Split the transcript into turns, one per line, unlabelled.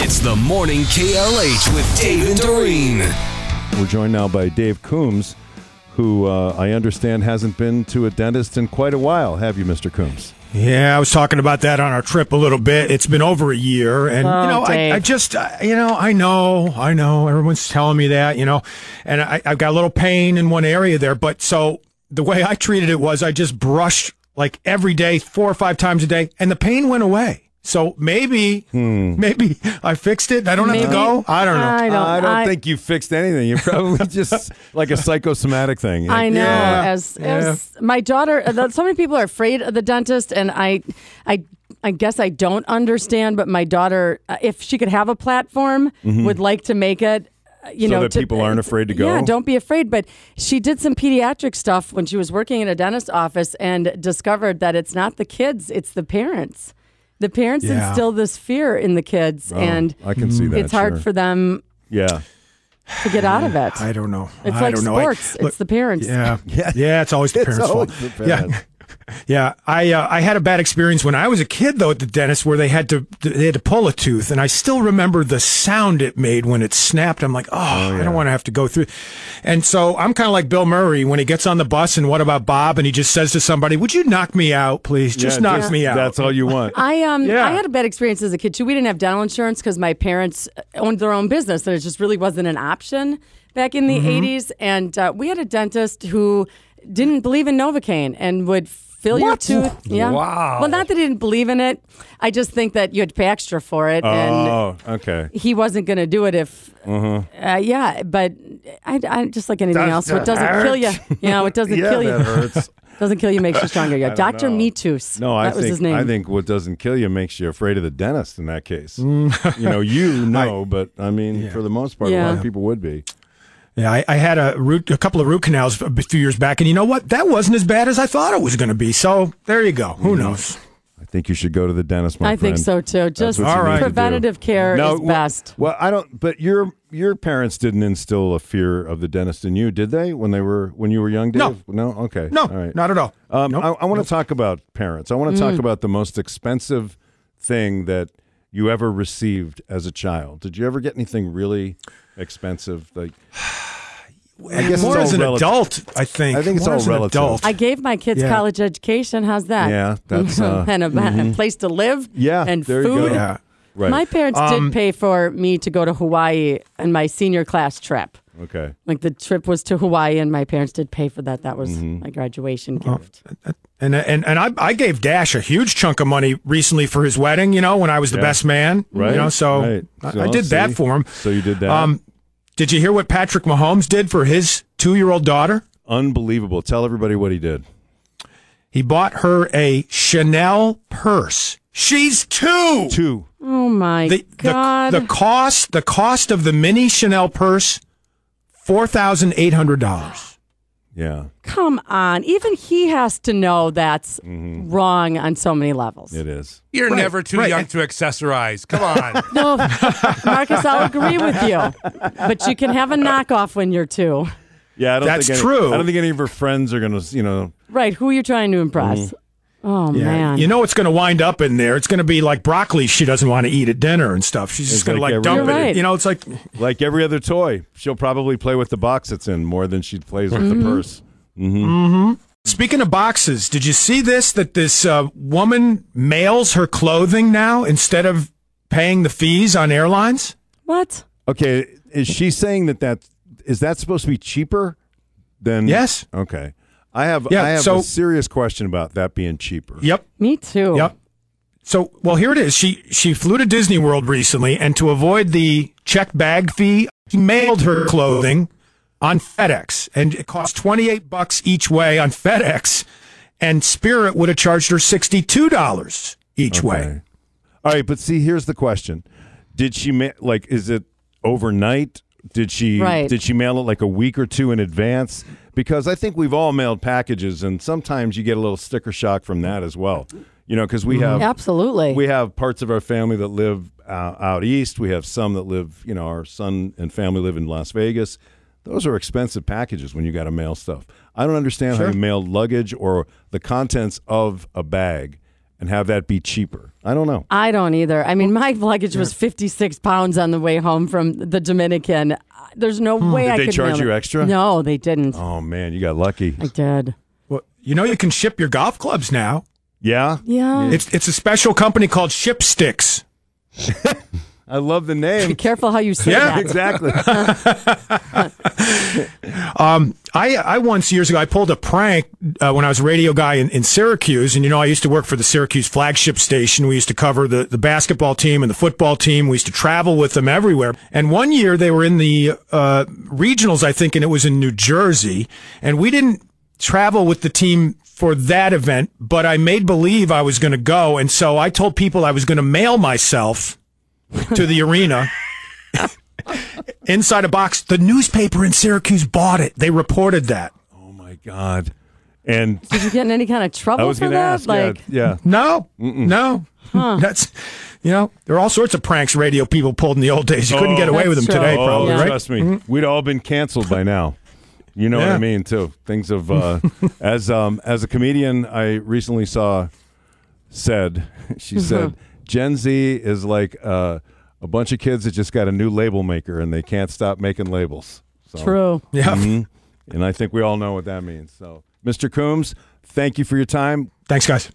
It's the morning KLH with Dave and Doreen.
We're joined now by Dave Coombs, who uh, I understand hasn't been to a dentist in quite a while. Have you, Mr. Coombs?
Yeah, I was talking about that on our trip a little bit. It's been over a year, and
Oh,
you know, I,
Dave.
I just, I- you know, I know, I know, everyone's telling me that, you know, and I, I've got a little pain in one area there, but so the way I treated it was I just brushed like every day, four or five times a day, and the pain went away. So maybe, maybe I fixed it. I don't have
Maybe-
to go. I don't know.
I don't,
I don't
I-
think you fixed anything. You probably just like a psychosomatic thing.
I know.
Yeah.
As as my daughter, uh, that- so many people are afraid of the dentist, and I, I, I guess I don't understand. But my daughter, uh, if she could have a platform, would like to make it. uh,
Mm-hmm. So
You know,
that
to-
people aren't afraid to go?
Yeah, don't be afraid. But she did some pediatric stuff when she was working in a dentist office and discovered that it's not the kids, it's the parents. The parents
Yeah.
instill this fear in the kids,
Oh,
and
I can see that.
it's hard
sure.
for them
yeah.
to get out of it.
I don't know.
it's
I
like
don't know. I-
sports;
look-
it's the parents.
Yeah,
Yeah.
yeah, It's always the
It's
parents'
always
fault.
the parents.
Yeah, yeah. I uh, I had a bad experience when I was a kid though at the dentist where they had to they had to pull a tooth, and I still remember the sound it made when it snapped. I'm like, oh, I don't want to have to go through. And so I'm kind of like Bill Murray when he gets on the bus and what about Bob, and he just says to somebody, "Would you knock me out, please? Just
Yeah,
knock me out."
That's all you want.
I um
Yeah.
I had a bad experience as a kid too. We didn't have dental insurance because my parents uh, owned their own business, and it just really wasn't an option back in
Mm-hmm.
the '80s. And uh, we had a dentist who didn't believe in Novocaine and would fill
What?
your tooth. Yeah.
Wow.
Well, not that he didn't believe in it. I just think that you had to pay extra for it, and
oh, okay.
he wasn't going to do it if. Uh, yeah, but I, I just like anything
Does
else, what
that
doesn't kill you,
hurt?
you know, what doesn't
yeah,
kill you,
that hurts.
doesn't kill you makes you stronger. Yeah,
don't
Doctor
know.
Metus.
No, I
that
think
was his name.
I think what doesn't kill you makes you afraid of the dentist. In that case,
Mm.
you know, you know, but I mean, for the most part, a lot
Yeah.
of people would be.
Yeah, I, I had a root, a couple of root canals a few years back, and you know what? That wasn't as bad as I thought it was going to be. So there you go. Who knows?
I think you should go to the dentist, my
I
friend.
think so too. Just
what you
All right. need to do.
preventative care is
wh-
best.
Well, I don't. But your your parents didn't instill a fear of the dentist in you, did they? When they were when you were young,
No.
Dave? No. Okay.
No,
All right.
not at all.
Um,
Nope. Mm.
I, I want to talk about parents. I want to talk about the most expensive thing that you ever received as a child. Did you ever get anything really expensive? Like I guess it's
more
all
as an
relative.
adult, I think.
I think it's
More
all
as an
relative.
adult.
I gave my kids
Yeah.
college education. How's that?
Yeah, that's, uh,
and a, a place to live.
Yeah,
and
there you go.
food.
yeah.
right. Um,
My parents did pay for me to go to Hawaii in my senior class trip.
okay.
Like the trip was to Hawaii, and my parents did pay for that. That was
Mm-hmm.
my graduation gift.
And and and I, I gave Dash a huge chunk of money recently for his wedding. You know, when I was the best man.
Right.
You know, so,
Right.
Oh, I-
So,
I, did
see?
that for him.
So you did that.
Um, did you hear what Patrick Mahomes did for his two-year-old daughter?
Unbelievable. Tell everybody what he did.
He bought her a Chanel purse. She's two.
Two.
Oh my
The, the,
god!
the cost the cost of the mini Chanel purse four thousand eight hundred dollars.
Yeah,
Come on, even he has to know that's
Mm-hmm.
wrong on so many levels.
it is.
You're
Right,
never too
right.
young to accessorize. Come on.
No, Marcus, I'll agree with you, but you can have a knockoff when you're two.
Yeah, I don't
That's
think any,
true.
I don't think any of her friends are gonna, you know.
Right, who are you trying to impress? Oh man.
You know it's going to wind up in there. It's going to be like broccoli she doesn't want to eat at dinner and stuff. She's
It's
just going to
like
like
every-
dump it.
You're right.
You know, it's like
Like every other toy, she'll probably play with the box it's in more than she plays with the purse.
speaking of boxes. Did you see this? That this uh, woman mails her clothing now instead of paying the fees on airlines.
what?
Okay, is she saying that that is that supposed to be cheaper than?
Yes.
Okay, I have
Yeah,
I have
so-
a serious question about that being cheaper.
Yep.
Me too.
Yep. So, well, here it is. She she flew to Disney World recently, and to avoid the check bag fee, she mailed her clothing on FedEx, and it cost twenty eight bucks each way on FedEx, and Spirit would have charged her sixty two dollars each way.
Okay. All right, but see, here's the question: Did she ma- like? Is it overnight? Did she
Right.
did she mail it like a week or two in advance? Because I think we've all mailed packages, and sometimes you get a little sticker shock from that as well. You know, because we
Mm-hmm.
have
Absolutely.
we have parts of our family that live uh, out east. We have some that live, you know, our son and family live in Las Vegas. Those are expensive packages when you got to mail stuff. I don't understand how you mail luggage or the contents of a bag and have that be cheaper. I don't know.
I don't either. I mean, my luggage was 56 pounds on the way home from the Dominican. Uh, There's no way
Hmm. Did
I
they
could
charge
mail it.
you extra?
No, they didn't.
Oh man, you got lucky.
I did.
Well, you know you can ship your golf clubs now.
Yeah,
Yeah.
It's it's a special company called Shipsticks.
I love the name.
Be careful how you say
Yeah,
that.
exactly.
Um, I I once years ago I pulled a prank uh, when I was a radio guy in, in Syracuse, and you know I used to work for the Syracuse flagship station. We used to cover the the basketball team and the football team. We used to travel with them everywhere. And one year they were in the uh, regionals, I think, and it was in New Jersey, and we didn't travel with the team for that event, but I made believe I was going to go, and so I told people I was going to mail myself to the arena inside a box. The newspaper in Syracuse bought it. They reported that.
oh my god. And
Did you get in any kind of trouble
I was
for
going
that?
to ask.
like,
yeah, yeah.
No, no. That's you know there are all sorts of pranks radio people pulled in the old days. You couldn't get away with them
That's true.
today,
Oh,
probably.
yeah.
Right?
Trust me, we'd all been canceled by now. You know what I
Yeah.
mean, too. Things of uh, as um, as a comedian, I recently saw said
Mm-hmm.
she said Gen Z is like uh, a bunch of kids that just got a new label maker and they can't stop making labels. So,
true.
Yeah.
mhm. And I think we all know what that means. So, Mr. Coombs, thank you for your time.
Thanks, guys.